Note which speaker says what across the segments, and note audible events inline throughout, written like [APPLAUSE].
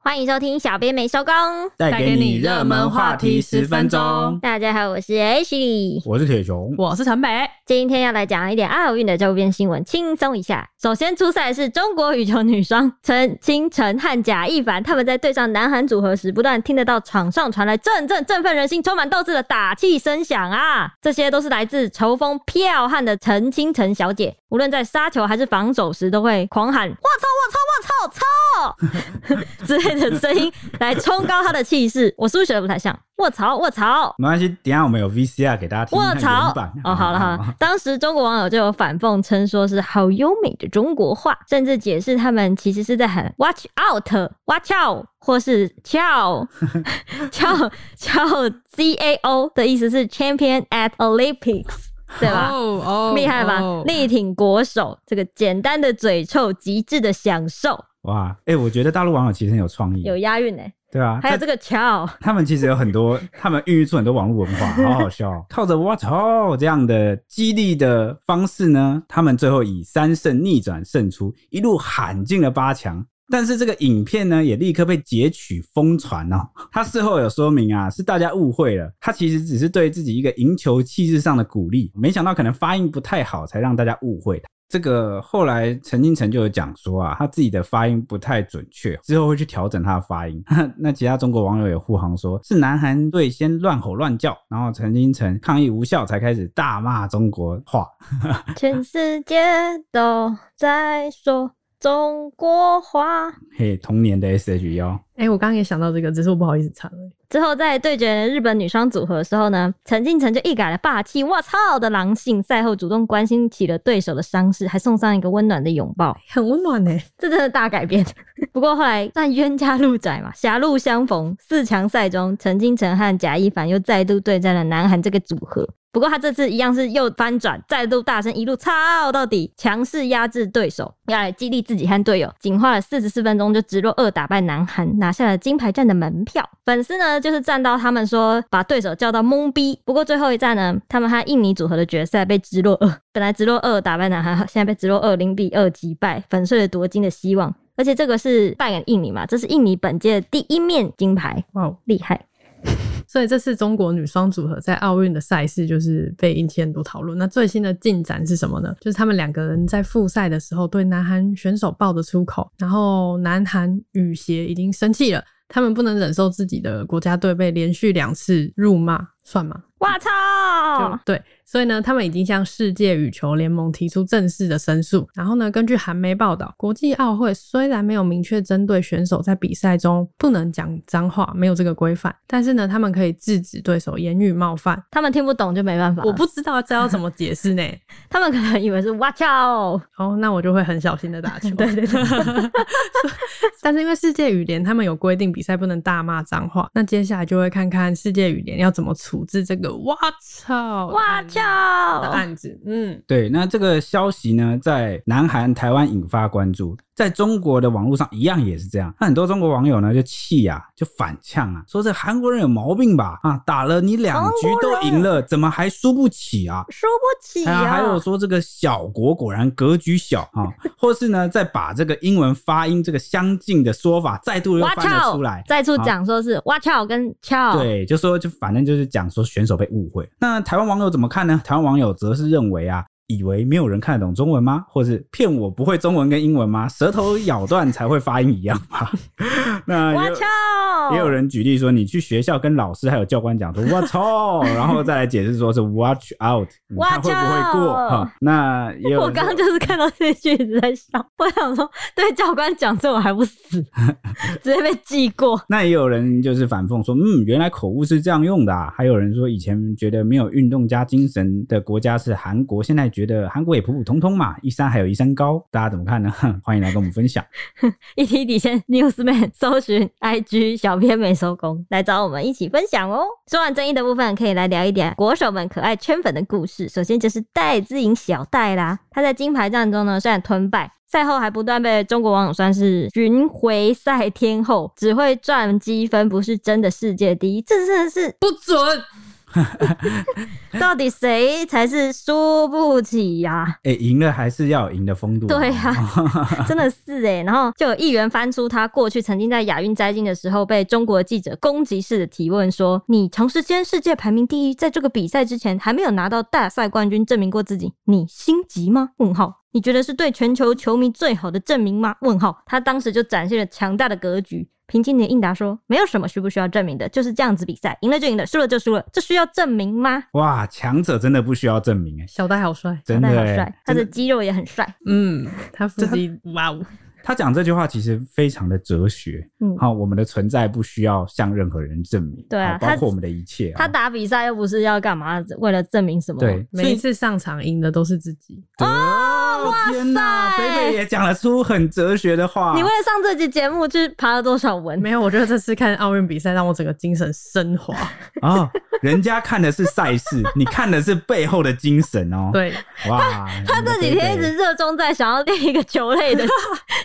Speaker 1: 欢迎收听《小编没收工》，
Speaker 2: 带给你热门话题十分钟。
Speaker 1: 大家好，我是 H 李。
Speaker 2: 我是铁熊，
Speaker 3: 我是城北，
Speaker 1: 今天要来讲一点奥运的周边新闻，轻松一下。首先出赛的是中国羽球女双陈清晨和贾一凡，他们在对上南韩组合时，不断听得到场上传来阵阵振奋人心、充满斗志的打气声响啊！这些都是来自球风彪悍的陈清晨小姐，无论在杀球还是防守时，都会狂喊“我操我操我操操” [LAUGHS] 之类的声音来冲高她的气势。我是不是学的不太像？卧槽卧槽！
Speaker 2: 没关系，等一下我们有 VCR 给大家听
Speaker 1: 卧
Speaker 2: 看
Speaker 1: 槽
Speaker 2: 原版。！
Speaker 1: 哦，好了好了，当时中国网友就有反讽称说是好优美的中国话，甚至解释他们其实是在喊 “watch out”、“watch out” 或是 “chow” 、“chow”、“chow”、“cao” 的意思是 “champion at Olympics”，对吧？
Speaker 3: 哦哦
Speaker 1: 厉害吧？力挺国手，这个简单的嘴臭，极致的享受，
Speaker 2: [LAUGHS] 哇，哎、我觉得大陆网友其实很有创意，
Speaker 1: 有押韵呢、欸
Speaker 2: 对啊吧、
Speaker 1: 还有
Speaker 2: 他
Speaker 1: 这个 “chow”，
Speaker 2: 他们其实有很多，他们孕育出很多网络文化，好好笑哦。靠着“我操”这样的激励的方式呢，他们最后以三胜逆转胜出，一路喊进了八强。但是这个影片呢，也立刻被截取疯传哦。他事后有说明啊，是大家误会了，他其实只是对自己一个赢球气势上的鼓励，没想到可能发音不太好，才让大家误会他。这个后来陈金城就有讲说啊，他自己的发音不太准确，之后会去调整他的发音。 [LAUGHS] 那其他中国网友也护航说，是南韩队先乱吼乱叫，然后陈金城抗议无效，才开始大骂中国话。 [LAUGHS]
Speaker 1: 全世界都在说中国话。
Speaker 2: 嘿，童年的 E S.H. 幺，
Speaker 3: 哎、我刚刚也想到这个，只是我不好意思唱而已。
Speaker 1: 之后在对决日本女双组合的时候呢，陈敬诚就一改了霸气“我操”的狼性，赛后主动关心起了对手的伤势，还送上一个温暖的拥抱，
Speaker 3: 很温暖呢、
Speaker 1: 这真的大改变。 [LAUGHS] 不过后来算冤家路窄嘛，狭路相逢，四强赛中，陈敬诚和贾一凡又再度对战了南韩这个组合。不过他这次一样是又翻转，再度大声一路操到底，强势压制对手，要来激励自己和队友。仅花了四十四分钟就直落二打败南韩，拿下了金牌战的门票。粉丝呢就是站到他们说把对手叫到懵逼。不过最后一战呢，他们和印尼组合的决赛被直落二，本来直落二打败南韩，现在被直落二零比二击败，粉碎了夺金的希望。而且这个是扮演印尼嘛，这是印尼本届的第一面金牌，
Speaker 3: 哇哦！
Speaker 1: 厉害！
Speaker 3: 所以这次中国女双组合在奥运的赛事就是被引起很多讨论。那最新的进展是什么呢？就是他们两个人在复赛的时候对南韩选手爆的粗口，然后南韩羽协已经生气了，他们不能忍受自己的国家队被连续两次辱骂，算吗？
Speaker 1: 我操嗯
Speaker 3: 就！对，所以呢，他们已经向世界羽球联盟提出正式的申诉。然后呢，根据韩媒报道，国际奥会虽然没有明确针对选手在比赛中不能讲脏话，没有这个规范，但是呢，他们可以制止对手言语冒犯。
Speaker 1: 他们听不懂就没办法了，
Speaker 3: 我不知道这要怎么解释呢？
Speaker 1: 他们可能以为是 watch out，
Speaker 3: 哦，那我就会很小心的打球。
Speaker 1: [LAUGHS] 对对对
Speaker 3: [LAUGHS] 但是因为世界羽联他们有规定比赛不能大骂脏话，那接下来就会看看世界羽联要怎么处置这个“哇操”
Speaker 1: 哇
Speaker 3: [LAUGHS] 的
Speaker 1: 操！
Speaker 3: 案子。嗯，
Speaker 2: 对，那这个消息呢，在南韩、台湾引发关注，在中国的网络上一样也是这样。那很多中国网友呢就气啊，就反呛啊，说这韩国人有毛病吧？啊，打了你两局都赢了，怎么还输不起啊？
Speaker 1: 输不起
Speaker 2: 还有
Speaker 1: 啊！
Speaker 2: 还有说这个小国果然格局小啊、 [LAUGHS] 或是呢再把这个英文发音这个相近的说法再度又
Speaker 1: watch
Speaker 2: 翻了
Speaker 1: out，
Speaker 2: 出来，
Speaker 1: 再次讲说是 watch out 跟 chow，，
Speaker 2: 对，就说就反正就是讲说选手被误会。那台湾网友怎么看呢？台湾网友则是认为啊，以为没有人看得懂中文吗？或是骗我不会中文跟英文吗？舌头咬断才会发音一样吗？ [LAUGHS] 那也有
Speaker 1: watch out，
Speaker 2: 也有人举例说，你去学校跟老师还有教官讲说 “watch out”，然 [LAUGHS] 后再来解释说是 “watch out”，你看
Speaker 1: Watch
Speaker 2: 会不会过
Speaker 1: out
Speaker 2: 哈、那也有
Speaker 1: 我
Speaker 2: 人
Speaker 1: 刚
Speaker 2: 说
Speaker 1: 刚就是看到这句一直在笑，我想说对教官讲这我还不
Speaker 2: [LAUGHS]
Speaker 1: 死，直接被记过。
Speaker 2: 那也有人就是反讽说，嗯，原来口误是这样用的、啊。还有人说，以前觉得没有运动家精神的国家是韩国，现在觉得韩国也普普通通嘛，一山还有一山高。大家怎么看呢？ [LAUGHS] 哼欢迎来跟我们分享。
Speaker 1: 一题，E 底线 Newsman 搜寻 IG 小编没收工，来找我们一起分享哦。说完争议的部分，可以来聊一点国手们可爱圈粉的故事。首先就是戴资颖小戴啦，他在金牌战中呢虽然吞败。赛后还不断被中国网友算是巡回赛天后，只会赚积分，不是真的世界第一，这真的是
Speaker 3: 不准。
Speaker 1: [LAUGHS] 到底谁才是输不起呀、
Speaker 2: 哎、赢了还是要有赢的风度。啊
Speaker 1: 对啊呀、真的是哎、然后就有议员翻出他过去曾经在亚运摘金的时候被中国记者攻击式的提问说：“你长时间世界排名第一，在这个比赛之前还没有拿到大赛冠军，证明过自己，你心急吗？”问号。你觉得是对全球球迷最好的证明吗？问号。他当时就展现了强大的格局。平静的应答说：“没有什么需不需要证明的，就是这样子比赛，赢了就赢了，输了就输了，这需要证明吗
Speaker 2: [LAUGHS] 哇，强者真的不需要证明哎、
Speaker 3: 小戴好帅？”，
Speaker 2: 真的
Speaker 1: 他好
Speaker 2: 哎、
Speaker 1: 帅，他
Speaker 2: 真
Speaker 1: 的
Speaker 2: 的
Speaker 1: 肌肉也很帅。
Speaker 3: 嗯， [LAUGHS] 他腹肌哇哦，
Speaker 2: 他讲这句话其实非常的哲学。
Speaker 1: 嗯，
Speaker 2: 好、我们的存在不需要向任何人证明，
Speaker 1: 对啊
Speaker 2: 好
Speaker 1: 他
Speaker 2: 包括我们的一切、
Speaker 1: 他
Speaker 2: 啊。
Speaker 1: 打比赛又不是要干嘛，为了证明什么？
Speaker 2: 对，，所
Speaker 3: 每一
Speaker 2: 以
Speaker 3: 次上场赢的都是自己。 [LAUGHS]
Speaker 2: 哦
Speaker 1: 哇
Speaker 2: 天哪，
Speaker 1: 塞
Speaker 2: 北北也讲了出很哲学的话。
Speaker 1: 你为了上这期节目去爬了多少文？
Speaker 3: 没有，我觉得这次看奥运比赛让我整个精神升华。
Speaker 2: 啊、人家看的是赛
Speaker 3: [LAUGHS]
Speaker 2: 事，你看的是背后的精神哦。，
Speaker 3: 对，
Speaker 2: 哇，
Speaker 1: 他这几天一直热衷在想要练一个球类的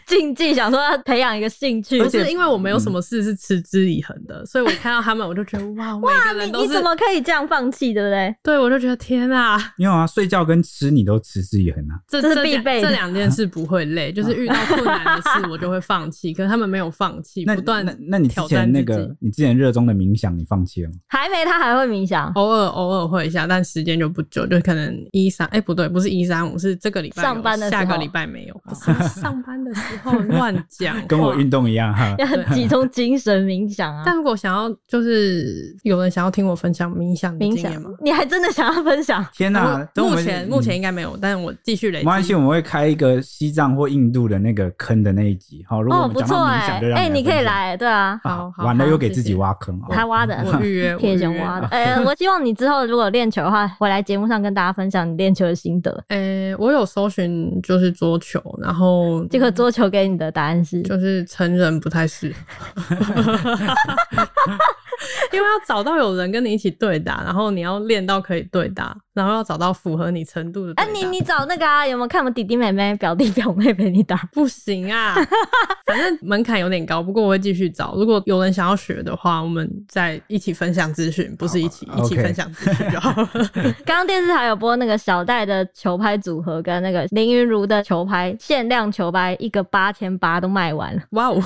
Speaker 1: 竞技，想说要培养一个兴趣。
Speaker 3: 不是因为我没有什么事是持之以恒的，所以我看到他们我就觉得哇，每个
Speaker 1: 你
Speaker 3: 人
Speaker 1: 你
Speaker 3: 都是
Speaker 1: 怎么可以这样放弃，对不对？
Speaker 3: 对我就觉得天啊，
Speaker 2: 没有啊，睡觉跟吃你都持之以恒啊。
Speaker 3: 这
Speaker 1: 这是
Speaker 3: 这
Speaker 1: 必
Speaker 3: 两
Speaker 1: 备的
Speaker 3: 这两件事不会累，就是遇到困难的事我就会放弃，可是他们没有放弃，
Speaker 2: [LAUGHS] 那
Speaker 3: 不断
Speaker 2: 那那你之
Speaker 3: 挑
Speaker 2: 前
Speaker 3: 战
Speaker 2: 那
Speaker 3: 自己
Speaker 2: 个。你之前热衷的冥想，你放弃了
Speaker 3: [LAUGHS]
Speaker 2: 吗？
Speaker 1: 还没，他还会冥想。
Speaker 2: 哦
Speaker 3: 偶尔偶尔会一下，但时间就不久，就可能一三哎不对，不是一三五，是这个礼拜有
Speaker 1: 上班的时候
Speaker 3: 下个礼拜没有，不是上班的时候乱讲话，
Speaker 2: [LAUGHS] 跟我运动一样
Speaker 3: [LAUGHS]
Speaker 2: 哈。
Speaker 1: 要集中精神冥想啊
Speaker 3: 但！如果想要，就是有人想要听我分享冥想的
Speaker 1: 冥
Speaker 3: 经
Speaker 1: 想
Speaker 3: 验吗？，
Speaker 1: 你还真的想要分享？
Speaker 2: 天哪，等我
Speaker 3: 目
Speaker 2: 们
Speaker 3: 前
Speaker 2: 嗯
Speaker 3: 目前应该没有，但我继续累
Speaker 2: 没关系，
Speaker 3: 积。
Speaker 2: 我们会开一个西藏或印度的那个坑的那一集。好，如果我
Speaker 1: 哦，
Speaker 2: 们
Speaker 1: 不
Speaker 2: 讲到
Speaker 1: 错
Speaker 2: 冥想，就让
Speaker 1: 哎，
Speaker 2: 你
Speaker 1: 你可以来，对啊，
Speaker 2: 分享。哦
Speaker 3: 好好
Speaker 2: 完了
Speaker 3: 好
Speaker 2: 又给自
Speaker 3: 谢
Speaker 2: 己
Speaker 3: 谢
Speaker 2: 挖坑。好
Speaker 1: 他挖的。
Speaker 3: 我预
Speaker 2: [LAUGHS]
Speaker 3: 约，
Speaker 1: 铁
Speaker 3: 我预
Speaker 1: 熊
Speaker 3: 约
Speaker 1: 挖的，哎、我希望你之后如果练球的话，回来节目上跟大家分享你练球的心得。
Speaker 3: 诶、我有搜寻就是桌球，然后
Speaker 1: 结果桌球给你的答案是，
Speaker 3: 嗯就是成人不太适合， [LAUGHS] 因为要找到有人跟你一起对打，然后你要练到可以对打，然后要找到符合你程度的
Speaker 1: 哎、
Speaker 3: 对打。
Speaker 1: 你你找那个啊，有没有看我们弟弟妹妹、表弟表妹陪你 [LAUGHS] 打？
Speaker 3: 不行啊，反正门槛有点高，不过我会继续找。如果有人想要学的话，我们再一起分享资讯，不是一起
Speaker 2: 好
Speaker 3: 一起
Speaker 2: OK
Speaker 3: 分享资讯就好了。 [LAUGHS]
Speaker 1: 刚刚电视台有播那个小戴的球拍组合跟那个林云如的球拍，限量球拍一个八千八都卖完了， [LAUGHS]
Speaker 3: 哇哦，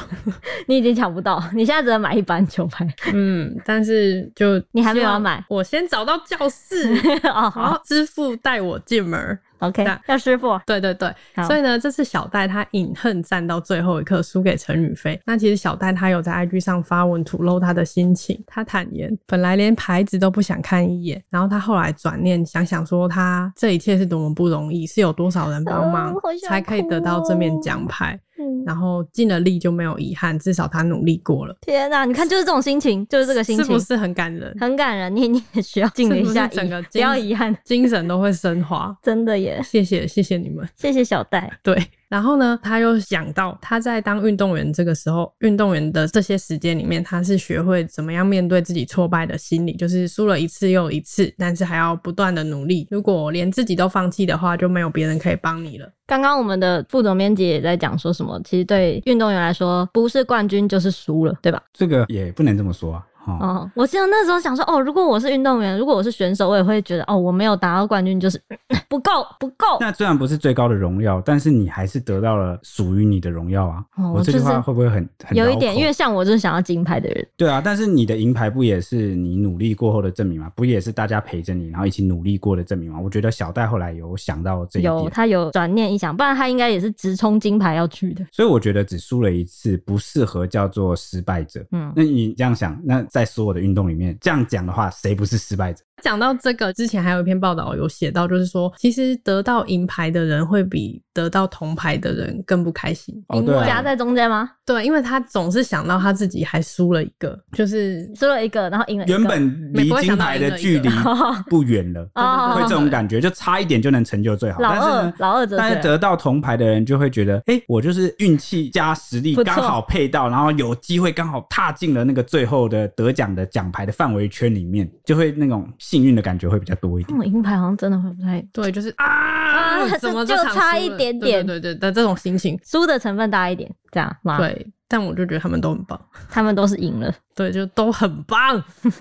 Speaker 1: 你已经抢不到，你现在只能买一般球拍。 [LAUGHS]
Speaker 3: 嗯，但是就
Speaker 1: 你还没有
Speaker 3: 希望
Speaker 1: 要买
Speaker 3: 我先找到
Speaker 1: [LAUGHS]
Speaker 3: 教室，
Speaker 1: 哦，
Speaker 3: 然后
Speaker 1: 好
Speaker 3: 师傅带我进门儿。
Speaker 1: ，OK，
Speaker 3: 那
Speaker 1: 要师傅，
Speaker 3: 对对对，
Speaker 1: 好
Speaker 3: 所以呢，这次小戴他饮恨战到最后一刻输给陈宇飞。那其实小戴他有在 IG 上发文吐露他的心情，他坦言本来连牌子都不想看一眼，然后他后来转念想想说，他这一切是多么不容易，是有多少人帮忙、
Speaker 1: 哦好想哦
Speaker 3: 才可以得到这面奖牌，
Speaker 1: 嗯
Speaker 3: 然后尽了力就没有遗憾，至少他努力过了，
Speaker 1: 天哪、你看就是这种心情，就是这个心
Speaker 3: 是
Speaker 1: 情，
Speaker 3: 不是很感人？
Speaker 1: [LAUGHS] 很感人。你你也需要尽了一下
Speaker 3: 是不是整个
Speaker 1: 遗，
Speaker 3: 精
Speaker 1: 不要遗憾，
Speaker 3: 精神都会升华。
Speaker 1: 真的耶，
Speaker 3: 谢谢，谢谢你们。
Speaker 1: 谢谢小戴。
Speaker 3: 对，然后呢，他又想到他在当运动员这个时候，运动员的这些时间里面，他是学会怎么样面对自己挫败的心理，就是输了一次又一次，但是还要不断的努力。如果连自己都放弃的话，就没有别人可以帮你了。
Speaker 1: 刚刚我们的副总编辑也在讲说什么，其实对运动员来说，不是冠军就是输了，对吧？
Speaker 2: 这个也不能这么说啊。哦
Speaker 1: 哦，我记得那时候想说，哦，如果我是运动员，如果我是选手，我也会觉得，哦，我没有拿到冠军就是
Speaker 2: [LAUGHS]
Speaker 1: 不够，不够。
Speaker 2: 那虽然不是最高的荣耀，但是你还是得到了属于你的荣耀啊！
Speaker 1: 哦
Speaker 2: 我这
Speaker 1: 就
Speaker 2: 句
Speaker 1: 是
Speaker 2: 话会不会很很
Speaker 1: 有一
Speaker 2: 绕
Speaker 1: 点，
Speaker 2: 口
Speaker 1: 因为像我就是想要金牌的人，
Speaker 2: 对啊，但是你的银牌不也是你努力过后的证明吗？不也是大家陪着你，然后一起努力过的证明吗？我觉得小戴后来有想到这一
Speaker 1: 有
Speaker 2: 点，
Speaker 1: 他有转念一想，不然他应该也是直冲金牌要去的。
Speaker 2: 所以我觉得只输了一次不适合叫做失败者。
Speaker 1: 嗯，
Speaker 2: 那你这样想，那在所有的运动里面，这样讲的话，谁不是失败者？
Speaker 3: 讲到这个之前，还有一篇报道有写到，就是说，其实得到银牌的人会比得到铜牌的人更不开心，
Speaker 2: 哦
Speaker 3: 因
Speaker 2: 对啊
Speaker 3: 为
Speaker 1: 夹在中间吗？
Speaker 3: 对，因为他总是想到他自己还输了一个，就是
Speaker 1: 输了一个，然后赢了一个。
Speaker 2: 原本
Speaker 3: 美
Speaker 2: 离
Speaker 3: 国
Speaker 2: 金
Speaker 3: 想到
Speaker 2: 牌
Speaker 3: 赢
Speaker 2: 的
Speaker 3: 了一
Speaker 2: 距
Speaker 3: 个
Speaker 2: 离不远
Speaker 1: [LAUGHS]
Speaker 2: 了，
Speaker 1: 哦
Speaker 2: 会这种感觉，就差一点就能成就最好。
Speaker 1: [LAUGHS] 老
Speaker 2: 但是
Speaker 1: 二
Speaker 2: 呢，
Speaker 1: 老二则
Speaker 2: 但是
Speaker 1: 是
Speaker 2: 得到铜牌的人就会觉得，哎、我就是运气加实力
Speaker 1: 不错
Speaker 2: 刚好配到，然后有机会刚好踏进了那个最后的得奖的奖牌的范围圈里面，就会那种幸运的感觉会比较多一点。
Speaker 1: 嗯，银牌好像真的会不太
Speaker 3: 对，就是
Speaker 1: 啊
Speaker 3: [LAUGHS] 啊，怎么这
Speaker 1: 就
Speaker 3: 场
Speaker 1: 差
Speaker 3: 输
Speaker 1: 一
Speaker 3: 了
Speaker 1: 点
Speaker 3: 对
Speaker 1: 点啊
Speaker 3: 对对对的这种心情，
Speaker 1: 输的成分大一点，这样吗？，
Speaker 3: 对，但我就觉得他们都很棒。
Speaker 1: 他们都是赢了。
Speaker 3: 对，就都很棒。 [LAUGHS]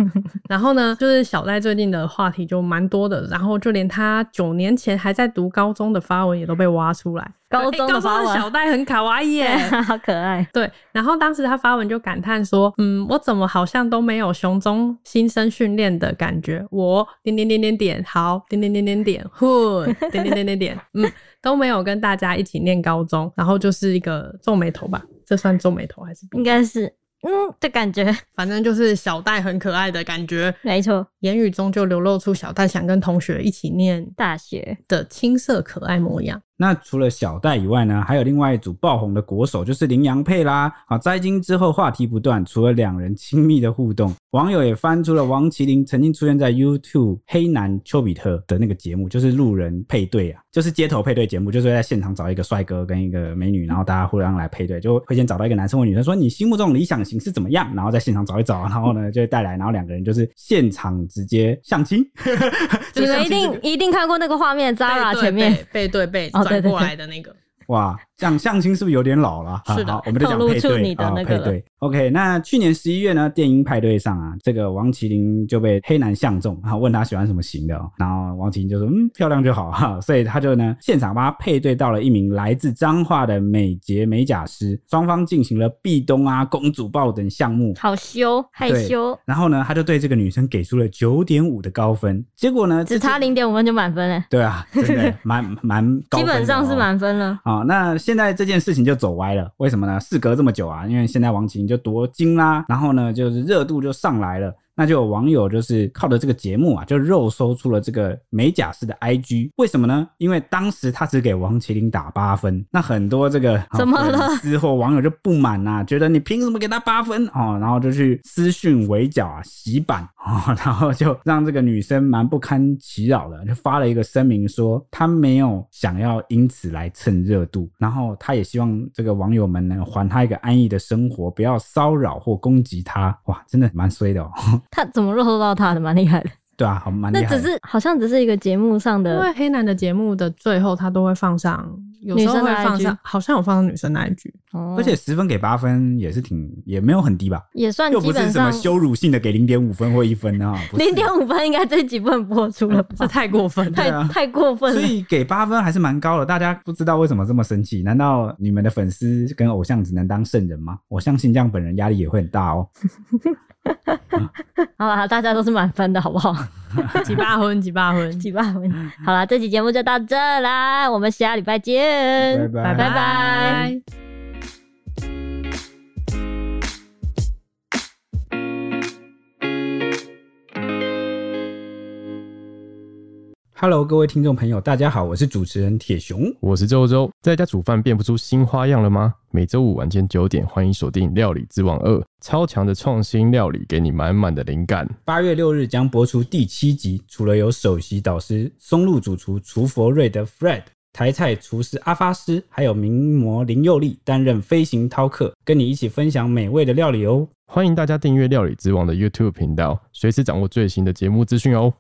Speaker 3: 然后呢，就是小戴最近的话题就蛮多的，然后就连他九年前还在读高中的发文也都被挖出来。
Speaker 2: 哎
Speaker 1: 高
Speaker 3: 对
Speaker 1: 中
Speaker 3: 诶
Speaker 1: 的发
Speaker 3: 高中
Speaker 1: 文
Speaker 3: 小戴很卡哇伊耶。
Speaker 1: [LAUGHS] 好可爱。
Speaker 3: 对，然后当时他发文就感叹说：“嗯，我怎么好像都没有熊中新生训练的感觉？我点点点点点好，点点点点点混， [LAUGHS] 点点点点点，嗯，都没有跟大家一起念高中，然后就是一个皱眉头吧，这算皱眉头还是？
Speaker 1: 应该是，嗯，的感觉
Speaker 3: 反正就是小戴很可爱的感觉。”
Speaker 1: 没错。
Speaker 3: 言语中就流露出小戴想跟同学一起念
Speaker 1: 大学
Speaker 3: 的青涩可爱模样。
Speaker 2: 那除了小戴以外呢，还有另外一组爆红的国手，就是羚羊配啦。好，摘金之后话题不断，除了两人亲密的互动，网友也翻出了王麒麟曾经出现在 YouTube 黑男丘比特的那个节目，就是路人配对啊，就是街头配对节目，就是在现场找一个帅哥跟一个美女，然后大家互相来配对，就会先找到一个男生或女生，说你心目中理想型是怎么样，然后在现场找一找，然后呢就会带来，然后两个人就是现场直接相亲， [LAUGHS]
Speaker 3: 就
Speaker 1: 你
Speaker 3: 像
Speaker 1: 们一
Speaker 3: 其实
Speaker 1: 定一定看过那个画面，Zara 啊前面
Speaker 3: 背对背
Speaker 1: 哦对
Speaker 3: 转
Speaker 1: 对
Speaker 3: 过来的那个，
Speaker 2: 哇，讲相亲是不是有点老了？
Speaker 3: 是的
Speaker 2: 好好我们就讲配
Speaker 1: 透露出
Speaker 2: 对
Speaker 1: 你的
Speaker 2: 啊、
Speaker 1: 那个
Speaker 2: 配
Speaker 1: 了
Speaker 2: 对。OK，那去年十一月呢，电音派对上啊，这个王麒麟就被黑男相中，啊，问他喜欢什么型的、哦，然后王麒麟就说嗯漂亮就好哈，所以他就呢现场帮他配对到了一名来自彰化的美睫美甲师，双方进行了壁咚啊、公主抱等项目，
Speaker 1: 好羞害
Speaker 2: 对
Speaker 1: 羞，
Speaker 2: 然后呢他就对这个女生给出了九点五的高分，结果呢
Speaker 1: 只差。零点五分就满分了，
Speaker 2: 这对啊，真的蛮蛮高
Speaker 1: 基
Speaker 2: 分的哦、
Speaker 1: 本上是满分了。
Speaker 2: 好、那现在这件事情就走歪了，为什么呢？事隔这么久啊，因为现在王琴就夺金啦，然后呢，就是热度就上来了。那就有网友就是靠着这个节目啊，就肉搜出了这个美甲师的 IG，为什么呢？因为当时他只给王麒麟打八分，那很多这个、
Speaker 1: 怎么了
Speaker 2: 粉丝或网友就不满呐、觉得你凭什么给他八分哦？然后就去私讯围剿啊，洗版 [LAUGHS] 哦，然后就让这个女生蛮不堪其扰的，就发了一个声明说她没有想要因此来蹭热度，然后她也希望这个网友们呢还她一个安逸的生活，不要骚扰或攻击她。哇，真的蛮衰的哦， [LAUGHS]
Speaker 1: 他怎么落后到他的？蛮厉害的。
Speaker 2: 对啊，好蛮厉
Speaker 1: 那
Speaker 2: 害的。
Speaker 1: 只是好像只是一个节目上
Speaker 3: 因为
Speaker 1: 的，
Speaker 3: 黑男的节目的最后他都会放上，有时候会放
Speaker 1: 女生的
Speaker 3: 上
Speaker 1: IG，
Speaker 3: 好像有放上女生的 IG，
Speaker 1: 哦
Speaker 2: 而且十分给八分也是挺也没有很低吧，
Speaker 1: 也算
Speaker 2: 又
Speaker 1: 基
Speaker 2: 不是
Speaker 1: 本
Speaker 2: 什么
Speaker 1: 上
Speaker 2: 羞辱性的给零点五分或一分啊，不是
Speaker 1: 零点五分，应该这集不能播出了吧？
Speaker 2: [LAUGHS]
Speaker 3: 这太过分
Speaker 1: [LAUGHS]
Speaker 3: 了。
Speaker 1: 太
Speaker 2: 对啊
Speaker 1: 太过分
Speaker 2: 所
Speaker 1: 了。
Speaker 2: 以给八分还是蛮高的，大家不知道为什么这么生气？难道你们的粉丝跟偶像只能当圣人吗？我相信这样本人压力也会很大哦。
Speaker 1: 好啦，大家都是满分的好
Speaker 2: [LAUGHS]
Speaker 1: 不好？
Speaker 3: 几八婚，几八婚，
Speaker 1: 几万分。好啦，这期节目就到这啦，我们下礼拜见，
Speaker 2: 拜拜
Speaker 1: 拜拜。
Speaker 2: Hello，各位听众朋友，大家好，我是主持人铁熊。
Speaker 4: 我是周周，在家煮饭变不出新花样了吗？每周五晚间九点，欢迎锁定《料理之王二》，超强的创新料理，给你满满的灵感。
Speaker 2: 八月六日将播出第七集，除了有首席导师松露主厨厨佛瑞的 Fred、台菜厨师阿发师，还有名模林佑利担任飞行饕客，跟你一起分享美味的料理哦。
Speaker 4: 欢迎大家订阅《料理之王》的 YouTube 频道，随时掌握最新的节目资讯哦。